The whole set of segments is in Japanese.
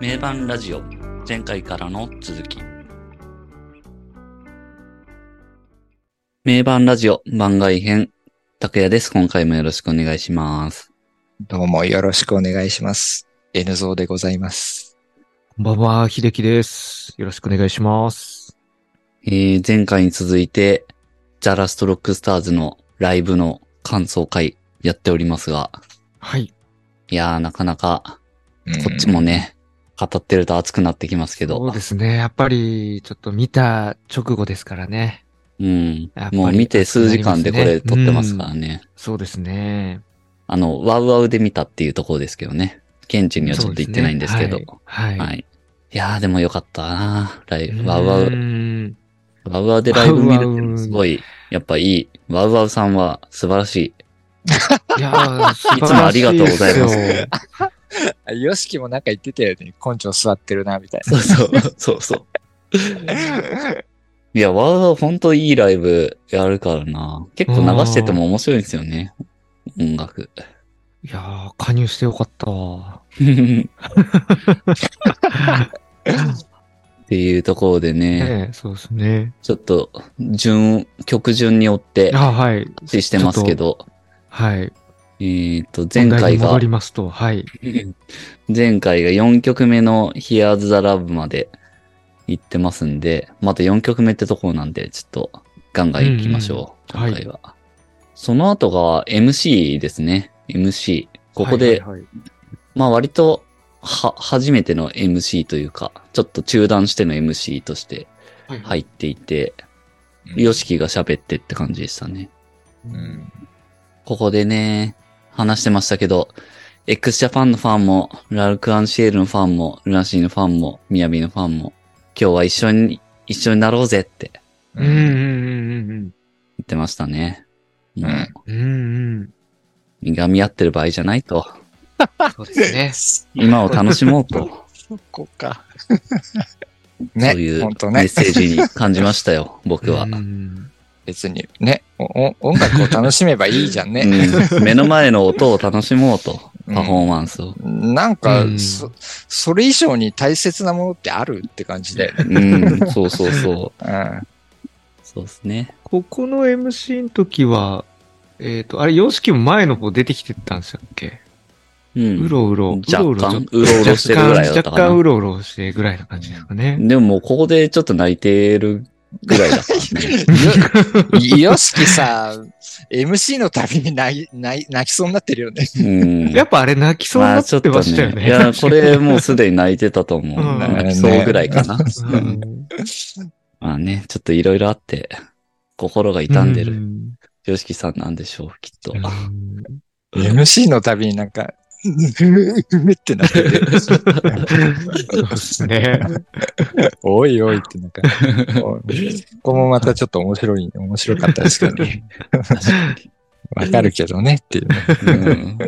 名盤ラジオ前回からの続き名盤ラジオ番外編拓也です今回もよろしくお願いしますどうもよろしくお願いします。N ゾーでございます。こんばんは、秀樹です。よろしくお願いします。えー前回に続いてザラストロックスターズのライブの感想会やっておりますがはい。いやーなかなかうんこっちも。ね、語ってると熱くなってきますけそうどですね。やっぱり、ちょっと見た直後ですからね。うんやっぱりもう見て数時間でこれ撮ってますからねそうですね。あの、ワウワウで見たっていうところですけどね。現地にはちょっと行ってないんですけど。そうねはい。はい。はいい、やー、でもよかったなライうーブ。んワウワウ。ワウワウでライブ見るっていうのワウワはウすごい、やっぱいい。ワウワウさんは素晴らしい。いやー、 素晴いつもありがとうございますらしですよ。あヨシキもなんか言ってたよね。根性座ってるな、みたいそうそう、そうそう。 いや、ワウワウほんといいライブやるからな結構流してても面白いんですよね。音楽。いやー、加入してよかったわ。 っていうところでね、ねえ、そうですね。ちょっと、順、曲順によって、あはい。話してますけど、はい。えっと、前本題回に戻がり、ますと、はい。 前回が4曲目の Here's the Love まで行ってますんで、また4曲目ってところなんで、ちょっとガンガン行きましょう、うんうん今回は、その後が MC ですね。MC。ここで、はいはいはいまあ割と、は、初めての MC というか、ちょっと中断しての MC としてはい入っていて、な。ヨシキが喋ってって感じでしたね。うん。ここでね、話してましたけど、x ジャパンのファンも、ラルク・アンシエルのファンも、ルナシーのファンも、ミヤビのファンも、今日は一緒に、一緒になろうぜってうんうんうんうん言ってましたね。もううん、うん。うんうん。いがみ合ってる場合じゃないと。そうですね。今を楽しもうと。そこ か。そう ね、いうメ本当ッね。セージに感じましたよ、僕は。うんううんん別にね、おお音楽を楽しめばいいじゃんね。目の前の音を楽しもうと、うんパフォーマンスを。なんか、うんそ、それ以上に大切なものってあるって感じで。うん、そうそうそう。うん。そうですね。ここの MC の時は、えっ、と、あれ、様式も前の方出てきてたんでしたっけ、う。うんろうろ。若干、うろうろしてるぐらいだった若かな。干うろうろしてぐらいな感じですかね。 でももうここでちょっと泣いてるぐらいだ からね。 よしきさ、MC のたびに泣い泣い泣きそうになってるよね。うん。やっぱあれ泣きそうになってましたよね。いや、これもうすでに泣いてたと思う。うん泣き そうぐらいかな。 うん、まあね、ちょっといろいろあって、心が傷んでる。ヨシキさんなんでしょう、きっとうん。。 MC のたびになんか、うめってなって る。そうですね。おいおいってなんか、ここもまたちょっと面白い、面白かったですけどね。わかるけどねっていうね。うん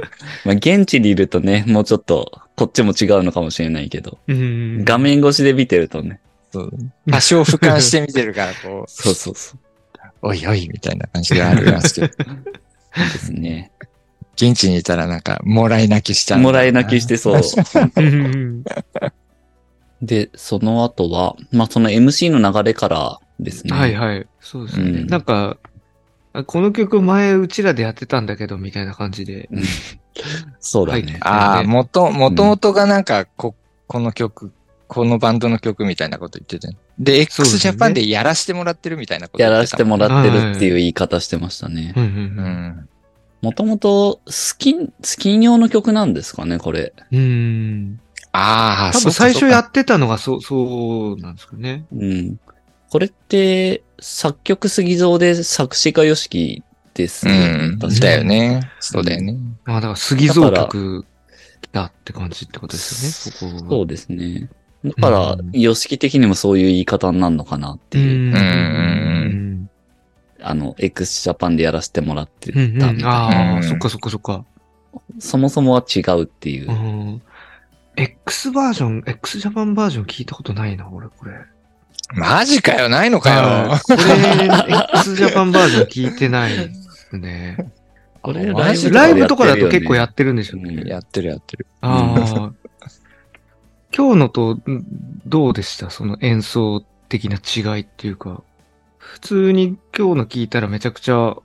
まあ現地にいるとね、もうちょっと、こっちも違うのかもしれないけど、うん画面越しで見てるとね、そう多少俯瞰して見てるから、こそうそうそう。う、おいおいみたいな感じがあるんですけど、ですね。現地にいたらなんか、もらい泣きしちゃう。もらい泣きしてそう。うんで、その後は、まあ、その MC の流れからですね。はいはい。そうですね。うんなんか、あこの曲前うちらでやってたんだけど、みたいな感じで。そうだね。ああ、ねもと、もともとがなんか、こ、この曲、このバンドの曲みたいなこと言ってたよで、そうで x すねジャパンでやらしてもらってるみたいなことや言っらてせたてもんもらってるっていう言い方してましたねう。んううんん。もともと、スキン、スキン用の曲なんですかね、これ。うん。うんああ、そ多う分かそう最か初やってたのがそう、そうなんですかね。うん。これって、作曲杉蔵で作詞家よしきですうね。ん。確かだよね。そうだよね。まあだから杉蔵曲だって感じってことですよね、ここそは。うですね。だからう、んよしき的にもそういう言い方になるのかなってういう。ん。うんあの、x ジャパンでやらせてもらってたうみんたいな。うん、あうんあ、そっかそっかそっか。そもそもは違うっていうう。ん。X バージョン、X ジャパンバージョン聞いたことないな、俺、これ。マジかよ、ないのかよ。これ、X ジャパンバージョン聞いてないですね。 これマジライブとかだと結構やっってるんでしょううんね。やってるやってる。ああ。今今日のとんどうでしたその演奏的な違いっていうか、普通に今日の聞いたらめちゃくちゃか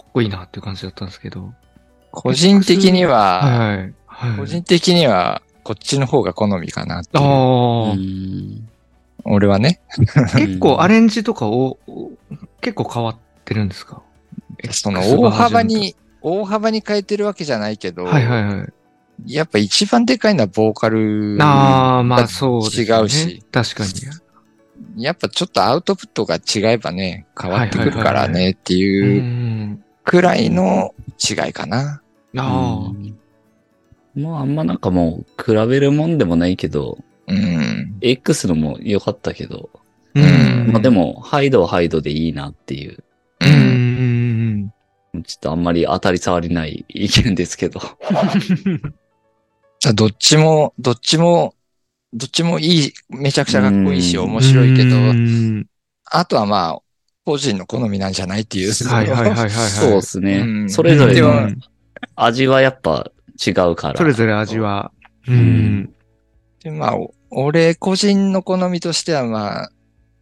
っこいいなっていう感じだったんですけど。個人的には、はい。はい。個人的には、こっちの方が好みかなっていうああ、ん俺はね、結構アレンジとかを、お結構変わってるんですかその X が大幅始めに、大幅に変えてるわけじゃないけど、はいはいはい。やっぱ一番でかいのはボーカル。ああ、まあそうですよね。違うし。確かに。やっぱちょっとアウトプットが違えばね、変わってくるからねってう。いうんくらいの違いかな。あうんまあ、あんまなんかもう、比べるもんでもないけど、うん。 X のも良かったけど、あ。うんまあで。も、ハイドはハイドでいいなっていう、ううんうんん。ちょっとあんまり当たり障りない意見ですけど。うんどっちも、どっちも、どっちもいい、めちゃくちゃかっこいいしうん面白いけどう、んあとはまあ、個人の好みなんじゃないっていう。はいはいはいはいはい。そうですね、うんそれぞれでのはうん味はやっぱ違うから。それぞれ味は。うんん。 でまあ、お俺個人の好みとしてはまあ、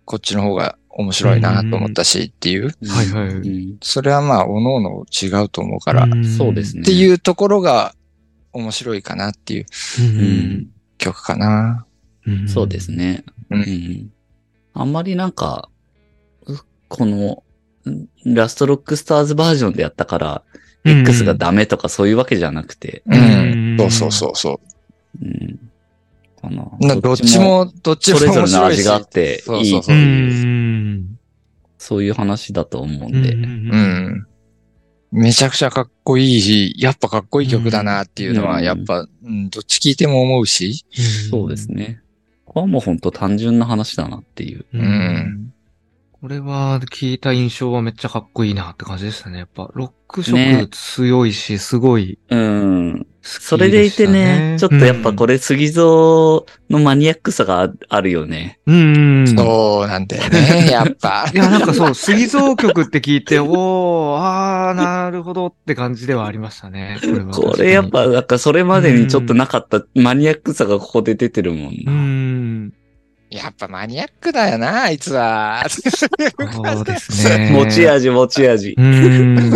こっちの方が面白いなと思ったしっていう。うん。はいはいうんそれはまあ、おのの違うと思うから、っそうですね。てういうところが面白いかなっていううん。曲かな。うん。そうですね。うんんあんまりなんか、うこの、んラストロックスターズバージョンでやったから、うん。 X がダメとかそういうわけじゃなくて、ううんん。そうそうそうそうん。かなう。などっち、も、どっちそもれぞれ面の白いし。味があって、そいうそ、いううそうん。ういうんそういう話だと思うんで。う。ん。めちゃくちゃかっこいいし、やっぱかっこいい曲だなっていうのうは、んやっぱ、うん、どっち聞いても思うし、そうです。ね。ここはもうほんと単純な話だなっていう。ううんん。これは聞いた印象はめっちゃかっこいいなって感じでしたね。やっぱロックね色強いし、すごいうん。好きでした、ね。それでいてね、ちょっとやっぱこれ、杉蔵のマニアックさがああるよね。うん。うん。うんそうなんだよね、やっぱい。や、なんかそう、杉蔵曲って聞いて、 おー、あー、なるほどって感じではありましたね。これはこれやっぱ、なんかそれまでにちょっとなかったマニアックさがここで出てるもんうな。ん。やっぱマニアックだよな、あいつは。そうですね。持ち。味、持ち味。うん。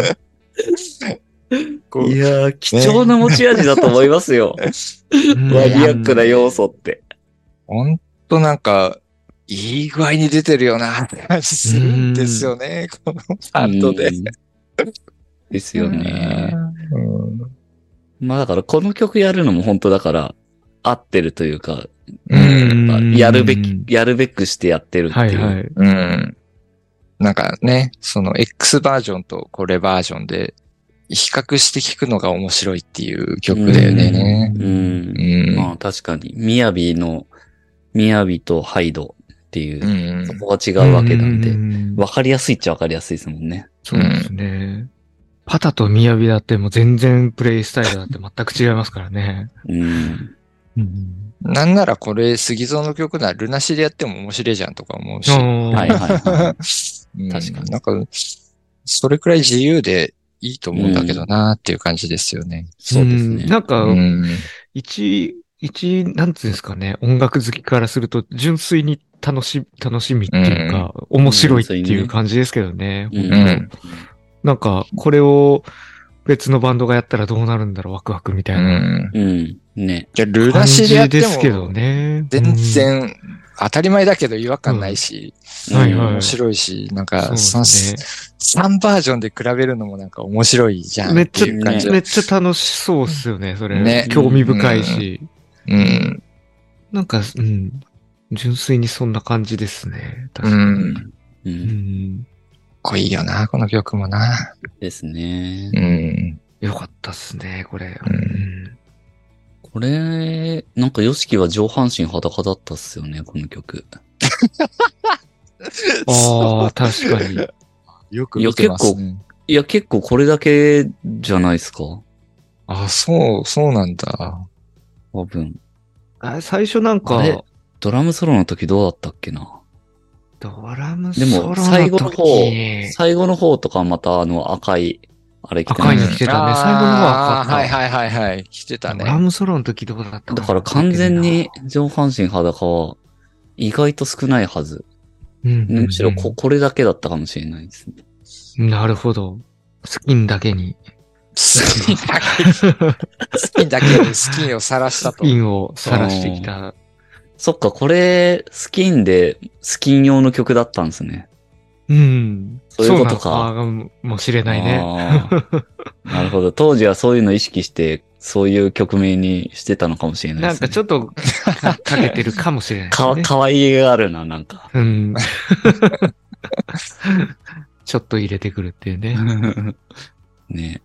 こういやー、貴重な持ち味だと思いますよ。 マニアックな要素って。ほんとなんか、いい具合に出てるよな、って感じするんですよね、このパートでう。んですよね。うんまあだからこの曲やるのも本当だから、合ってるというか、う。うんんまあやるべき、やるべくしてやってるってはいいう。はい。うん。なんかね、その X バージョンとこれバージョンで、比較して聞くのが面白いっていう曲だよね。う。うんん。まあ確かに、みやびの、みやびとハイドっていうう、んそ。こは違うわけなんうで、んわかりやすいっちゃわかりやすいですもんね。そうですね。パタと雅だってもう全然プレイスタイルだって全く違いますからね。うん。うん。なんならこれ、杉蔵の曲ならルナシでやっても面白いじゃんとか思うし。はいはい はうん確かになんか、それくらい自由でいいと思うんだけどなっていう感じですよね。そうですねんなんか、うん。一、一、なんつうんですかね、音楽好きからすると、純粋に楽し、楽しみっていうか、面白いっていう感じですけどね。い。ううんん。なんか、これを別のバンドがやったらどうなるんだろう、ワクワクみたいなうん。うん。ね。じゃあル感ナシでやじっでてすけども、ね。全然、当たり前だけど違和感ないし、うん。はいはい。面白いし、なんそうか、ですその3バージョンで比べるのもなんか面白いじゃね。ん。めっちていうね感じゃ、だめっちゃ楽しそうっすよね、それ。ね興味深いし。うん。なんか、うん。純粋にそんな感じですね。う確かん。かっう。に。うんん。こいいよな、この曲もな。ですねう。ん。よかったっすね、これ。うんうんこれ、なんか、ヨシキは上半身裸だったっすよね、この曲。ああ、確かに。よく見てますねいや、結構これだけじゃないですか。あ、そう、そうなんだ。多分。あ最初なんあか、れドラムソロの時どうだったっけな。ドラムでソロのも、時最後の方、最後の方とかまたあの赤い、あれ着て赤いの着てたね。最後の方はあー赤かった。はいはいはいはい。来てたね。ラムソロの時どうだっただから完全に。上半身裸は意外と少ないはず。うんむしろこ、これだけだったかもしれないですね。なるほど。スキンだけ に。スキンだけ、スキンだけにスキンを晒したスと。キンを晒してきた。そっか、これ、スキンで、スキン用の曲だったんですね。うん。そういうことかそうなのかもしれないね。あー。 なるほど。当時はそういうの意識して、そういう曲名にしてたのかもしれないなでんす、ね。かちょっとかかけてるかもしれない、ね。か、かわいげがあるな、なんか。 うん。ちょっと入れてくるっていうね。ね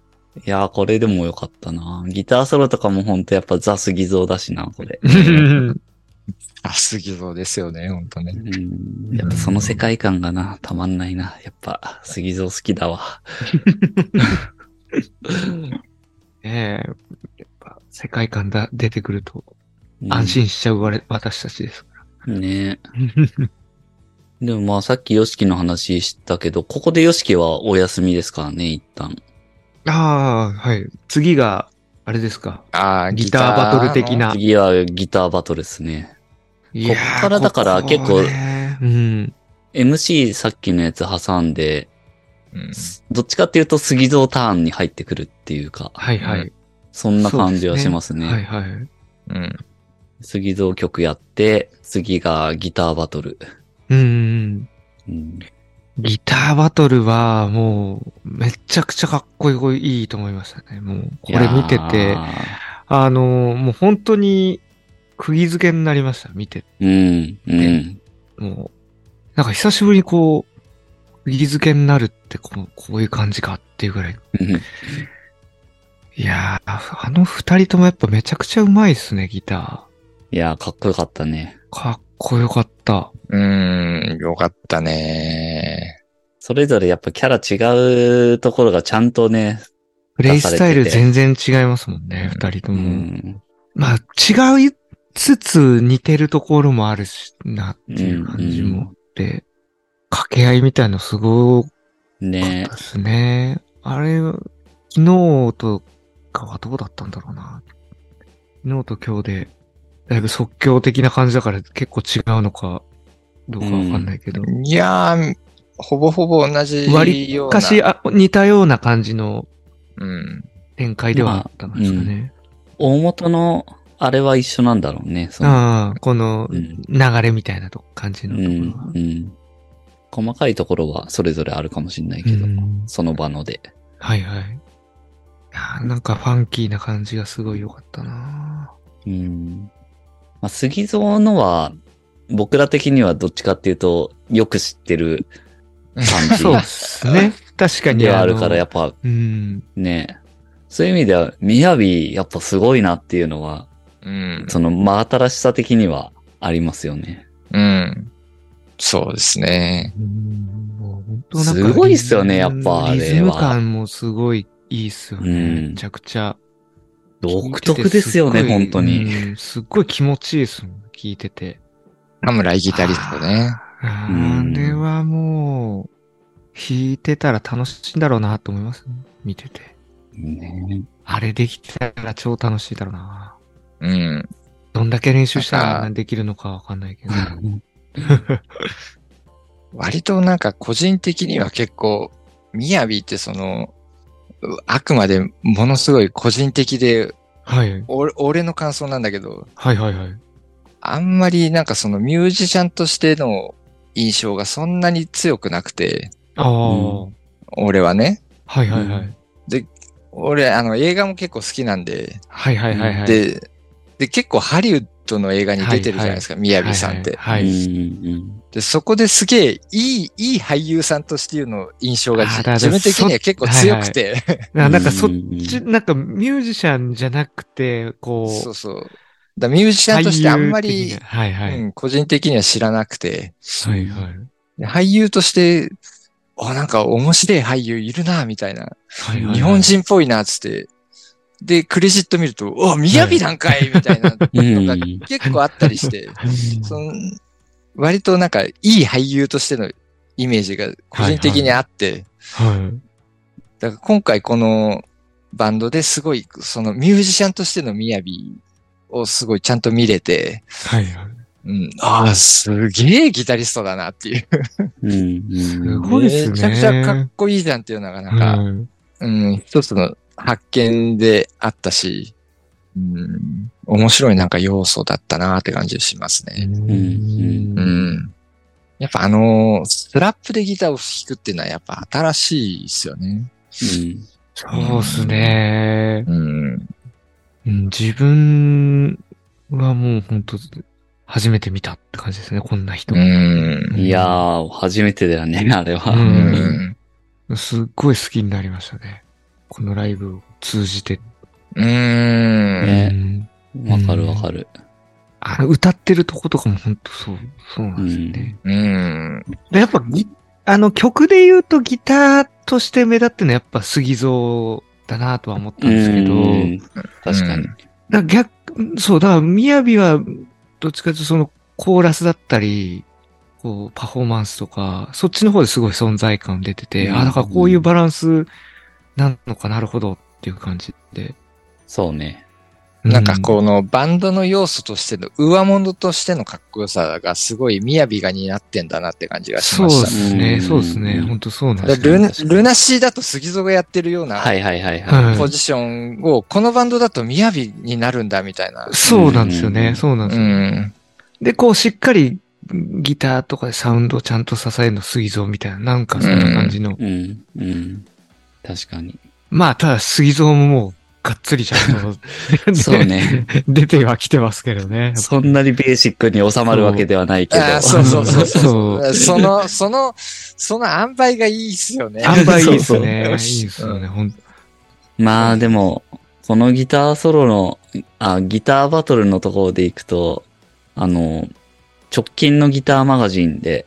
いやー、これでもよかったな。ギターソロとかもほんとやっぱザスギゾーだしな、これ。 あ、スギゾですよね、ほんとね。うんやっぱその世界観がな、たまんないな。やっぱ、杉蔵好きだわ。ねえ、やっぱ世界観だ出てくるとうん安心しちゃう我々私た ちです。ねえ。でもまあさっきヨシキの話したけど、ここでヨシキはお休みですからね、一旦。ああ、はい。次が、あれですか。あーギターバトル的。な。次はギターバトルですね。いやーこっからだから結構ここねうん。 MC さっきのやつ挟んで、うんどっちかっていうと杉蔵ターンに入ってくるっていうか、はいはい。そんな感じはしますね。はいはい。うん。杉蔵曲やって、次がギターバトル。うん。うんギターバトルは、もう、めちゃくちゃかっこいいと思いましたね。もう、これ見ていて、やあの、もう本当に、釘付けになりました、見て。ーうん、うん。もう、なんか久しぶりにこう、釘付けになるってこう、こういう感じかっていうぐらい。うんいやー、あの二人ともやっぱめちゃくちゃうまいっすね、ギタいやー、かっこよかったね。ー。かっこよかった。うん、よかったね。それぞれやっぱキャラ違うところがちゃんとね、プレイスタイル出され全然違いますもんね、うん二人とうも。ん、まあ、違いつつ似てるところもあるし、なっていう感じもあって、掛け合いみたいのすごかねったですね。あれ、昨日とかはどうだったんだろうな。昨日と今日で、だいぶ即興的な感じだから結構違うのか、どうかわかんないけど。いやー、ほぼほぼ同じような。割かしあ似たような感じのうん。展開ではあったんですかね。大元のあれは一緒なんだろうね。そのああ、このうん流れみたいなとこ感じうのんところは。うん細かいところはそれぞれあるかもしれないけど、うんその場ので。はいはい。いやーなんかファンキーな感じがすごい良かったなうんまあ、杉蔵のは、僕ら的にはどっちかっていうと、よく知ってるーそう感ですね。確かじにでの。はあるから、やっぱうん。ね、そういう意味では、みやびやっぱすごいなっていうのは、うん。その真新しさ的にはありますよね。うん。そうですね。もう本すごいっすよねやっぱあれはリズム感もすごいいいっすよね。うんめちゃくちゃ。独特ですよね、聞いててすっごい本当に。。うんすっごい気持ちいいですもん、聞いてて。田村ギタリストね。あうんれはもう、弾いてたら楽しいんだろうなと思いますね。見てて。ねあれできたら超楽しいだろうな。うん。どんだけ練習したなんらかあんなできるのかわかんないけど。割となんか個人的には結構、みやびってその、うあくまでものすごい個人的で、はい。俺俺の感想なんだけど、はいはいはい。あんまりなんかそのミュージシャンとしての印象がそんなに強くなくて、ああ、う俺はね。はいはいはい。俺、あの映画も結構好きなんで、はいはいはいはい。で、で、結構ハリウッドの映画に出てるじゃないですか、みやはいはいびさんって。はい。うんうんで、そこですげえいい、いい俳優さんとしての印象があじだから自分的には結構強くて、ななんかそっうち、んなんかミュージシャンじゃなくて、こう、そうそう。だからミュージシャンとしてあんま俳優り的、なはいはい。うん、個人的には知らなくて、はいはい。で俳優として、あ、なんか面白い俳優いるな、みたいな。はいはい日本人っぽいな、つって。で、クレジット見ると、お、雅なんかいみたい なのがうん結構あったりして、その割となんかいい俳優としてのイメージが個人的にあって、はい。だから今回このバンドですごい、そのミュージシャンとしての雅をすごいちゃんと見れて、はいはい。うん、ああ、すげえギタリストだなっていう。うんすうん。ごいっすねめちゃくちゃかっこいいじゃんっていうのがなんか、うんうん、一つの発見であったし、うん、面白いなんか要素だったなって感じがしますね。んう。ん。やっぱあのースラップでギターを弾くっていうのはやっぱ新しいですよね。うんそうっすね。うん。うん自分はもう本当初めて見たって感じですね、こんな人う。ん。いやー、初めてだよね、あれは。ううんん。すっごい好きになりましたね。このライブを通じて。うん。ねうんわかるわかる。あの歌ってるとことかも本当そう、そうなんですよね。うん。でやっぱギ、あの曲で言うとギターとして目立ってるのはやっぱ杉蔵だなとは思ったんですけど、うん確かに。だから逆、そう、だから、みやびは、どっちかというと、その、コーラスだったり、こう、パフォーマンスとか、そっちの方ですごい存在感出てて、うんあ、だからこういうバランス、なのかなるほどっていう感じで。そうね。なんかこのバンドの要素としての、上物としてのかっこよさがすごい雅が担ってんだなって感じうがん、しそまうでしすうね、んそうですね、本当そうなんた。だですルナね。確かにルナシーだと杉蔵がやってるようなはいはいはいはい。うんポジションを、このバンドだと雅になるんだみたいな。そうなんですうよんね、そうなんでうすよ。ん。で、こう、しっかり、ギターとかでサウンドをちゃんと支えるの水蔵みたいな、なんかそんな感じの。うん。うん。確かに。まあ、ただ水蔵ももう、がっつりちゃん と。そうね。 出てはきてますけどね。そんなにベーシックに収まるわけではないけど。ああ、そうそうそうそそうう。その、その、その塩梅がいいっすよね。塩梅いいですね。いそうそういですよね。ほんまあでも、このギターソロの、あ、ギターバトルのところでいくと、あの、直近のギターマガジンで、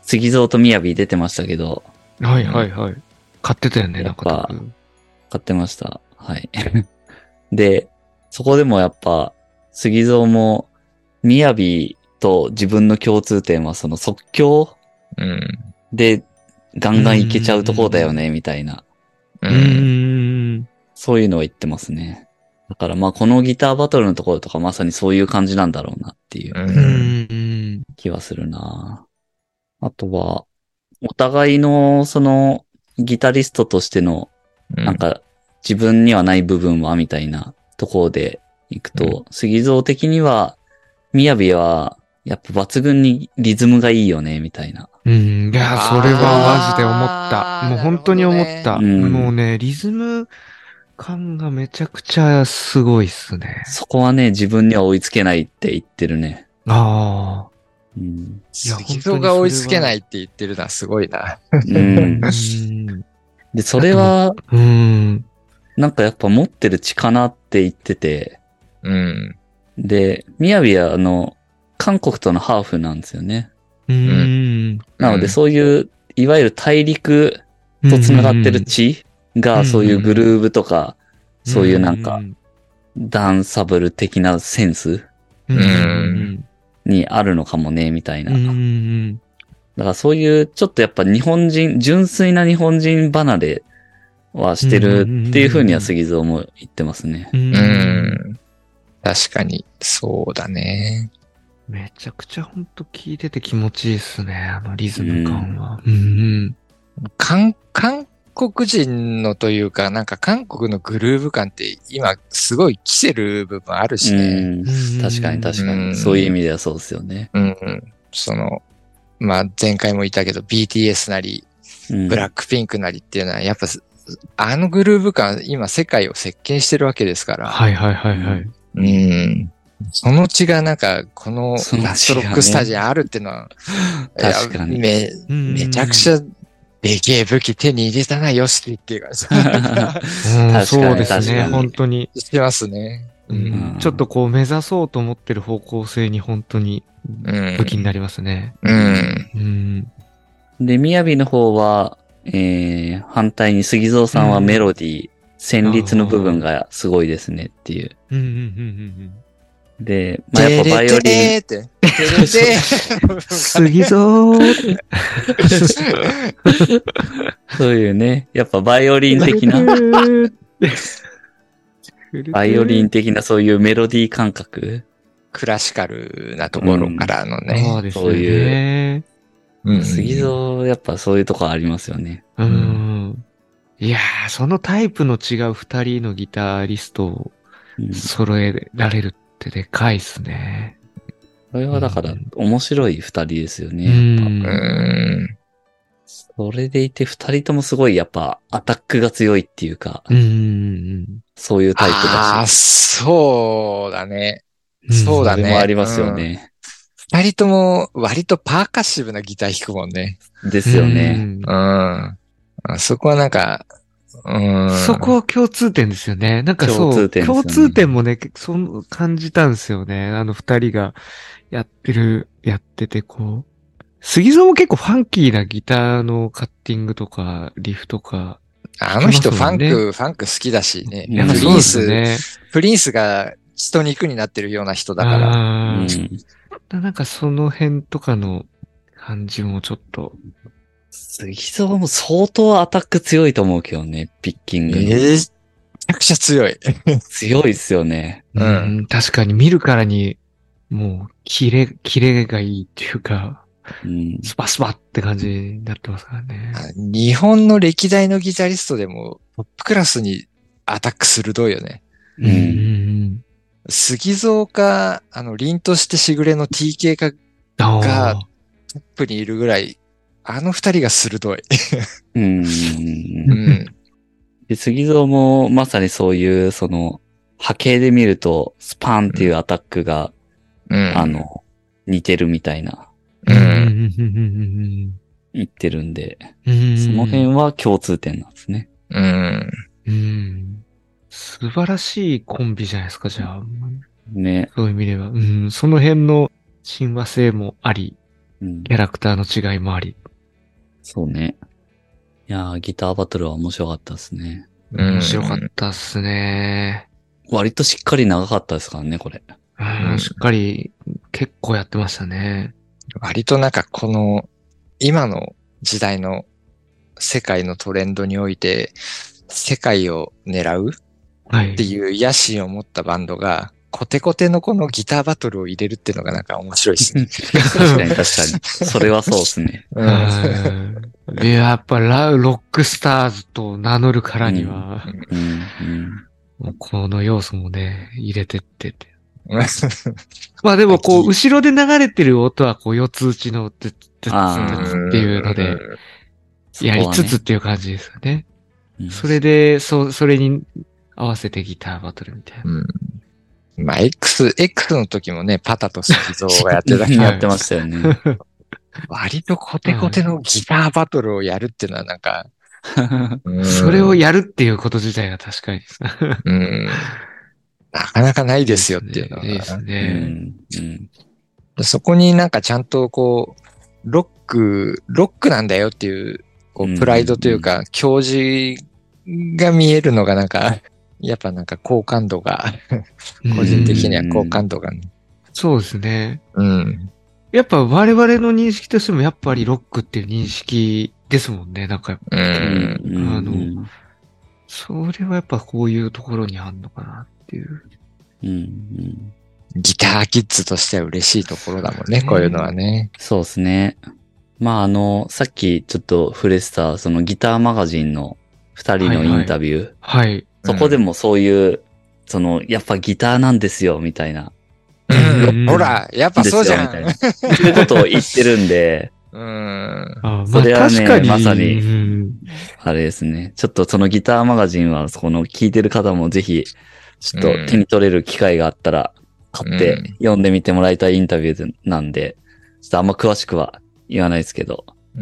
杉蔵と雅出てましたけど、はいはいはい。買ってたよね、なんやっかぱ。買ってました。はい。 で、そこでもやっぱ、杉蔵も、雅と自分の共通点はその即興うん。でガンガンいけちゃうところだよね、みたいな。ううーん。そういうのを言ってますね。だからまあこのギターバトルのところとかまさにそういう感じなんだろうなっていうううん。ーん。気はするな。あとは、お互いのそのギタリストとしてのなんか自分にはない部分はみたいなところでいくと、う杉蔵的には、みやびはやっぱ抜群にリズムがいいよね、みたいな。うん。いや、それはあーマジで思った。もう本当に思っなるほた。どねうんもうね、リズム感がめちゃくちゃすごいっすね。そこはね、自分には追いつけないって言ってるね。あうん。杉蔵が追いつけないって言ってるのはすごいな。うんあ。うーん。で、それは、うーん。なんかやっぱ持ってる血かなって言ってて、うん。で、みやびはあの、韓国とのハーフなんですよね。うーん。なのでそういう、いわゆる大陸と繋がってる血うがんそういうグルーヴとか、んそういうなんか、ダンサブル的なセンスうん。にあるのかもね、みたいうんうな。んうんだからそういう、ちょっとやっぱ日本人、純粋な日本人離れはしてるっていうふうには杉蔵も言ってますね。うんうんううんん。確かに、そうだね。めちゃくちゃほんと聞いてて気持ちいいっすね、あのリズム感は。うん。韓、韓国人のというか、なんか韓国のグルーヴ感って今すごい来てる部分あるしうね。んうん確かに確かうに。んそういう意味ではそうですよね。うん。うん、その、まあ前回も言ったけど BTS なり、うんブラックピンクなりっていうのは、やっぱす、あのグルーヴ感、今世界を席巻してるわけですから。はいはいはいはい。うん。その血がなんか、このその血がねラストロックスタジアあるってのは、 確かにいやめ、めちゃくちゃ。ゃ、でけえ武器手に入れたな、ヨシキっていう感じ うん確かにそうで確すかね、に本当に。してますね。ううんん。ちょっとこう目指そうと思ってる方向性に本当にうん武器になりますね。うん。うん。で、みやびの方は、えー、反対に杉蔵さんはメロディー、旋律の部分がすごいですねっていう。うんうんうんうんうん。で、まあ、やっぱバイオリン、ン。って。てるぜ 杉蔵そういうね、やっぱバイオリン的 な、バイオリン。的なそういうメロディー感覚。クラシカルなところからのそね。うですそうよね。うん杉蔵、やっぱそういうとこありますよね。うーん。いやー、そのタイプの違う二人のギタリストをうんそ揃えられるってでかいっすね。れはだからうん面白い二人ですようね。やっぱうーん。ん。それでいて二人ともすごいやっぱアタックが強いっていうか、うーん。そういうタイプああだー、し。そうだね。んそうだそねれもありますよね。二人とも割とパーカッシブなギター弾くもんね。ですよね。。うん。あそこはなんか、う。うんんそこ共通点ですよね。なんかそう、共通点共通点,、ですよねもね、結構そう感じたんですよね。あの二人がやってる、やっててこう。杉蔵も結構ファンキーなギターのカッティングとか、リフとか。あの人聞きファますもンんク、ねファンク好きだしね。やっぱプそリうンでス、ね。プリンスが血と肉になってるような人だから。うあんーなんかその辺とかの感じもちょっと。杉蔵も相当アタック強いと思うけどね、ピッキングの。めちゃくちゃ強い。強いっすよね。うんうん確かに見るからに、もう、キレ、キレがいいっていうか、うん。スパスパって感じになってますからね。日本の歴代のギタリストでもトップクラスにアタック鋭いよね。うんん。杉蔵か、あの、凛としてしぐれの TK かトあーがップにいるぐらい、あの二人 が鋭い。うん。うん。で杉蔵もまさにそういう、その、波形で見ると、スパンっていうアタックが、うん。あ、の、似てるみたいな、う。うんんうん言ってるんで、うんうんうんその辺は共通点なんですね。うん。うん素晴らしいコンビじゃないですか、じゃあ。ね。そういう意味では。うん、その辺の親和性もあり、うんキャラクターの違いもあり。そうね。いやー、ギターバトルは面白かったですね。うん面白かったっすね。割としっかり長かったですからね、これ。うんうんしっかり結構やってましたね。割となんかこの、今の時代の世界のトレンドにおいて、世界を狙うはい。っていう野心を持ったバンドが、コテコテのこのギターバトルを入れるっていうのがなんか面白い ですね。確かに確かに。それはそうですね。ううんんで、やっぱラ、ロックスターズと名乗るからには、うん。もうこの要素もね、入れてってって。うまあでもこ秋う、後ろで流れてる音はこう、四つ打ちの、つつつつあーっていうので、んやりつつっそていう感じですよね。こはね、それで、そう、それに合わせてギターバトルみたいな。まあ、X、X の時もね、パタとスキゾーがやって たうけんど、やってましたよね。割とコテコテのギターバトルをやるっていうのはなんか、それをやるっていうこと自体が確かにですね。うん、なかなかないですよっていうのは。いいですうね。んうんでそこになんかちゃんとこう、ロック、ロックなんだよっていう、こうんう、プライドというか、教示が見えるのがなんか、やっぱなんか好感度が、うん個人的には好感度がね、そうですね。うん。やっぱ我々の認識としてもやっぱりロックっていう認識ですもんね。なんか、う。うんんうんあのそれはやっぱこういうところにあんのかなっていう。うんうんギターキッズとしては嬉しいところだもんね、こういうのはね。そうですね。まああの、さっきちょっと触れてた、そのギターマガジンの二人のインタビュー、はい。そこでもそういう、その、やっぱギターなんですよ、みたいな。うんほら、やっぱですそようじゃみたいん。な。いうことを言ってるんで、 うん。あまそあれはね確かに。まさにうんあれですね。ちょっとそのギターマガジンは、この聞いてる方もぜひ、ちょっと手に取れる機会があったら、買っうんて読んでみてもらいたいインタビューなんで、ちょっとあんま詳しくは言わないですけど、う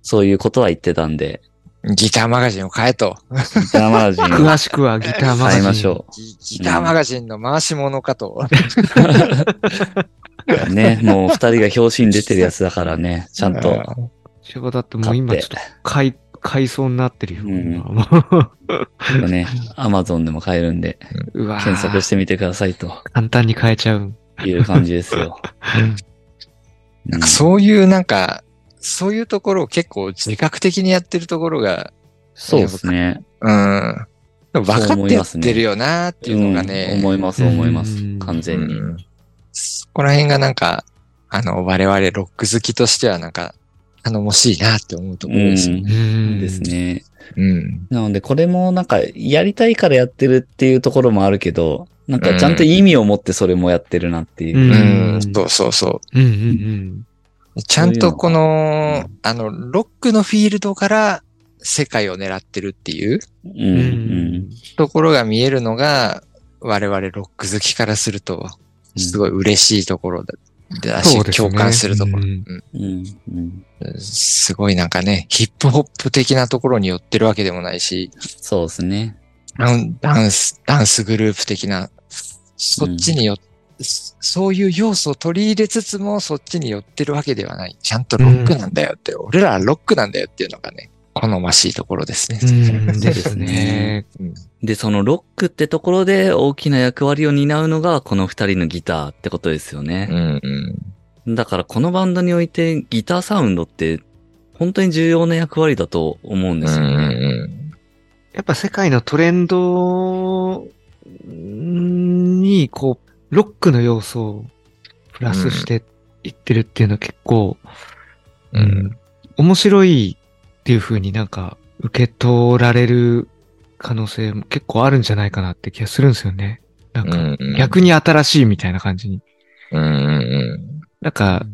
そういうことは言ってたんで、ん。ギターマガジンを買えと。ギターマガジンを詳しくはギターマガジ買ン。いましょギギターマガジンの回し物かと。う。ね、もう二人が表紙に出てるやつだからね、ちゃんと一応だってもう買っ今ちょてっと、買い、買いそうになってるよ。うん 今ね、アマゾンでも買えるんで、うわぁ検索してみてくださいと。簡単に買えちゃう。いう感じです よ。なんかそういうなんか、そういうところを結構自覚的にやってるところが、そうですね。うん。でも分かってやってるよなーっていうのがうんね、思います、思いますうん。完全に。うんそこら辺がなんか、あの、我々ロック好きとしてはなんか、頼もしいなって思うところですよね。うん。んです。ね。うん。なので、これもなんか、やりたいからやってるっていうところもあるけど、なんかちゃんと意味を持ってそれもやってるなっていう。ううんん。そうそうそうんうんう。ちゃんとこのう、あの、ロックのフィールドから世界を狙ってるっていううん。うん。うん。ところが見えるのが、我々ロック好きからすると、すごい嬉しいところだだし、そうですね共感するところう。んうん。うん。すごいなんかね、ヒップホップ的なところに寄ってるわけでもないし、そうですね。ダンダンス、ダンスグループ的な、そっちによ、そそういう要素を取り入れつつも、そっちに寄ってるわけではない。ちゃんとロックなんだよって、俺らはロックなんだよっていうのがね、好ましいところですね。うん。ですね。で、そのロックってところで大きな役割を担うのがこの二人のギターってことですようね。んうん。だからこのバンドにおいてギターサウンドって本当に重要な役割だと思うんうんでうすよね。んやっぱ世界のトレンドに、こう、ロックの要素をプラスしていってるっていうのは結構、うん。うん。面白いっていう風になんか受け取られる可能性も結構あるんじゃないかなって気がするんですよね。なんうか、んうん。逆に新しいみたいな感じに。うんうんなんか、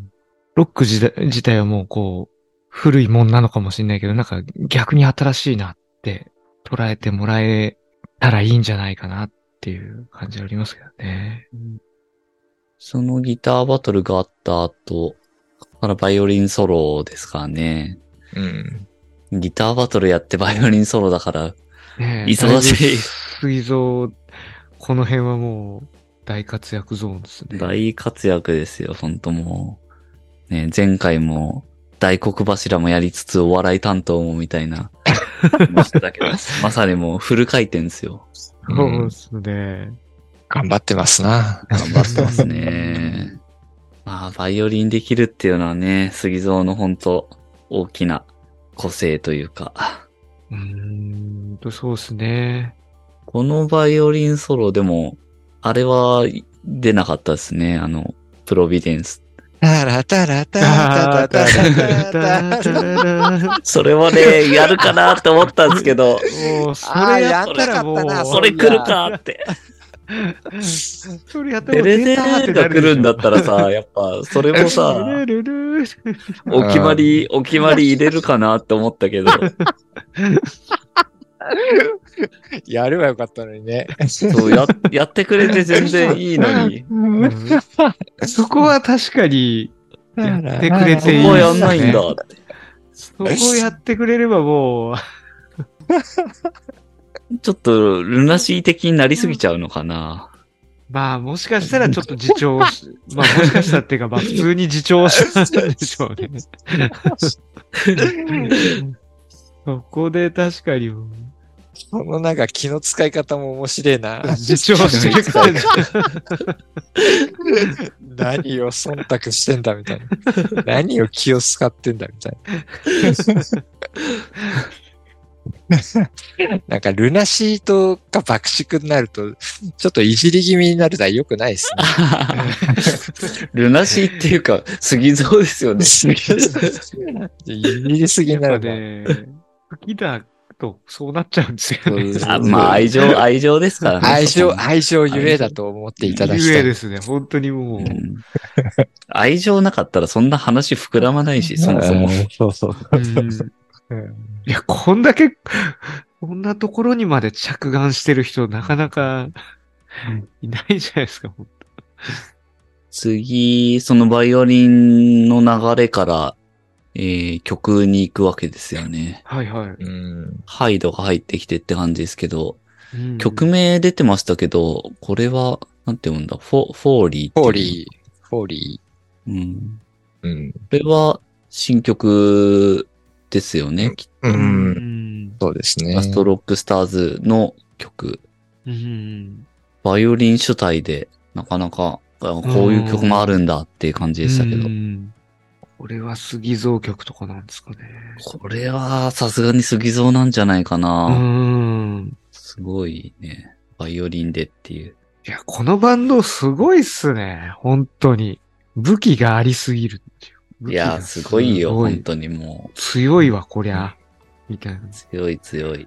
ロック自体自体はもうこう、古いもんなのかもしれないけど、なんか逆に新しいなって捉えてもらえたらいいんじゃないかなっていう感じはありますけどね。そのギターバトルがあった後、ここからバイオリンソロですからね。うん。うん。ギターバトルやってバイオリンソロだから、ねえ忙しいだぶ水蔵、この辺はもう大活躍ゾーンですね。大活躍ですよ、ほんともう。ね、前回も、大黒柱もやりつつ、お笑い担当もみたいな、ましたけど、まさにもうフル回転ですよ。そうですね。頑張ってますな。頑張ってますね。まあ、バイオリンできるっていうのはね、杉蔵のほんと、大きな個性というか。うーんと、そうですね。このバイオリンソロでも、あれは出なかったですね。あの、プロビデンス。タラタラタラタタタタタタそれはね、やるかなって思ったんですけど、もう、それやったらもあーやんなかったなう、それ来るかって。それやったデらレデレが来るんだったらさ、さ、やっぱ、それ もさ、ルルルルお決まり、お決まり入れるかなって思ったけど、やればよかったのにね。そうや、やってくれて全然いいのに、そこは確かに、やってくれそこていいはでやすんねないんだって。そこをやってくれればもう、ちょっと、ルナシー的になりすぎちゃうのかな。まあもしかしたらちょっと自重し、まあもしかしたらっていうか、まあ普通に自重したんでしょうね。そこで確かに、このなんか気の使い方も面白いな。自重してる感じ。何を忖度してんだみたいな。何を気を使ってんだみたいな。なんか、ルナシーとか爆竹になると、ちょっといじり気味になるのは良くないですね。ルナシーっていうか、杉蔵ですよね。いじりすぎになやるっぱね。ね、好きだとそうなっちゃうんですよね。ああまあ、愛情、愛情ですからね。愛そこ情、も愛情ゆえだと思っていただきゆたえい。ですね、本当にもう。うん愛情なかったらそんな話膨らまないし、そもそも。そうそう。うんんいや、こんだけ、こんなところにまで着眼してる人、なかなかいないじゃないですか。次、そのバイオリンの流れから、えー曲に行くわけですよね。はいはい。うん。ハイドが入ってきてって感じですけど、うん曲名出てましたけど、これは、なんて読うんだ、フォ、フォーリーっていう。フォーリー、フォーリうん。ー。うん。これは新曲ですよね。きっう。うんん。そうですとね。ラストロックスターズの曲。うん。バイオリン主体で、なかなかこういう曲もあるんだっていう感じでしたけどう。んこれは杉蔵曲とかなんですかね。これはさすがに杉蔵なんじゃないかうな。ん。すごいね。バイオリンでっていう。いや、このバンドすごいっすね。本当に。武器がありすぎるっていう。武い器がや、すごいよ、本当にも強いわ、こりゃ。みたいなう。。強い強い。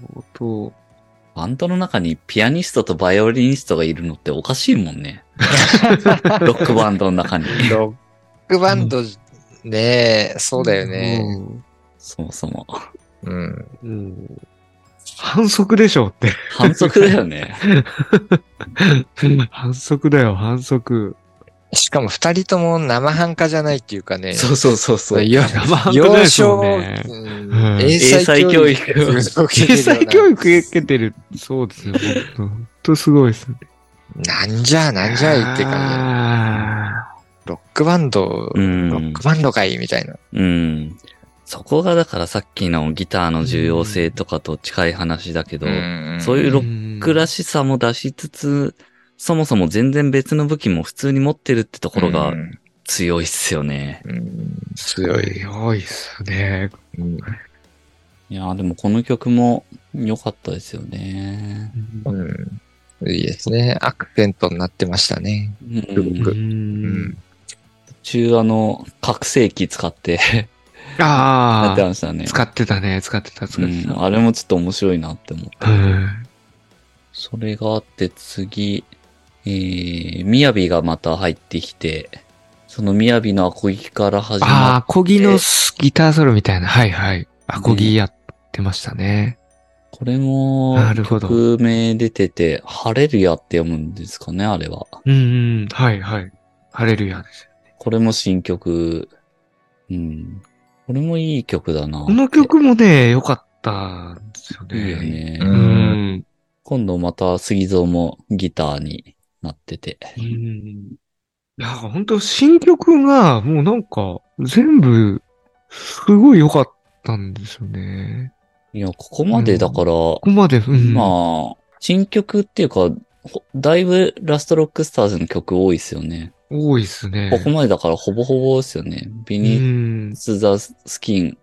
相当。バンドの中にピアニストとバイオリニストがいるのっておかしいもん ね。ロックバンドの中に。ロックバンド、ねえ、そうだよね。そもそも。うん。うん。うん反則でしょって。反則だよね。反則だよ、反則。しかも二人とも生半可じゃないっていうかね。 そうそうそうそう。よ生半可幼です少、よねうんうん英才教育英才を受けてる経ような済教育受けてる。そうですよ、本当本当すごいですね。なんじゃ、なんじゃいって感じ。感ロックバンド、 うロッんク。バンドかいみたいな。うん。そこがだからさっきのギターの重要性とかと近い話だけど、うんそういうロッ僕らしさも出しつつ、そもそも全然別の武器も普通に持ってるってところうがん強いっすよね。うん強い。強いっすね。うんいやーでもこの曲も良かったですよね。うん。いいですね。アクセントになってましたね。ううんん、僕うん。中あの、覚醒器使ってやあってあ、ましたね。使ってたね、使ってた、使うってん、た。あれもちょっと面白いなって思った。うんそれがあって次、えー、みやびがまた入ってきて、そのみやびのアコギから始あまあっ、コギのギターソロみたいな。はいはい。あ、コギやってましたね。これも、なるほど曲名出てて、ハレルヤって読むんですかね、あれは。うんうん。はいはい。ハレルヤです。これも新曲。うん。これもいい曲だな。この曲もね、良かったんですよいいよね。ね。うんうん。今度また杉蔵もギターになってて。うん。いや、本当新曲が、もうなんか、全部、すごい良かったんですよね。いや、ここまでだから、ここまで、うん。まあ、新曲っていうか、ほだいぶラストロックスターズの曲多いですよね。多いですね。ここまでだからほぼほぼですよね。ビうニん。ス・ザ・スキン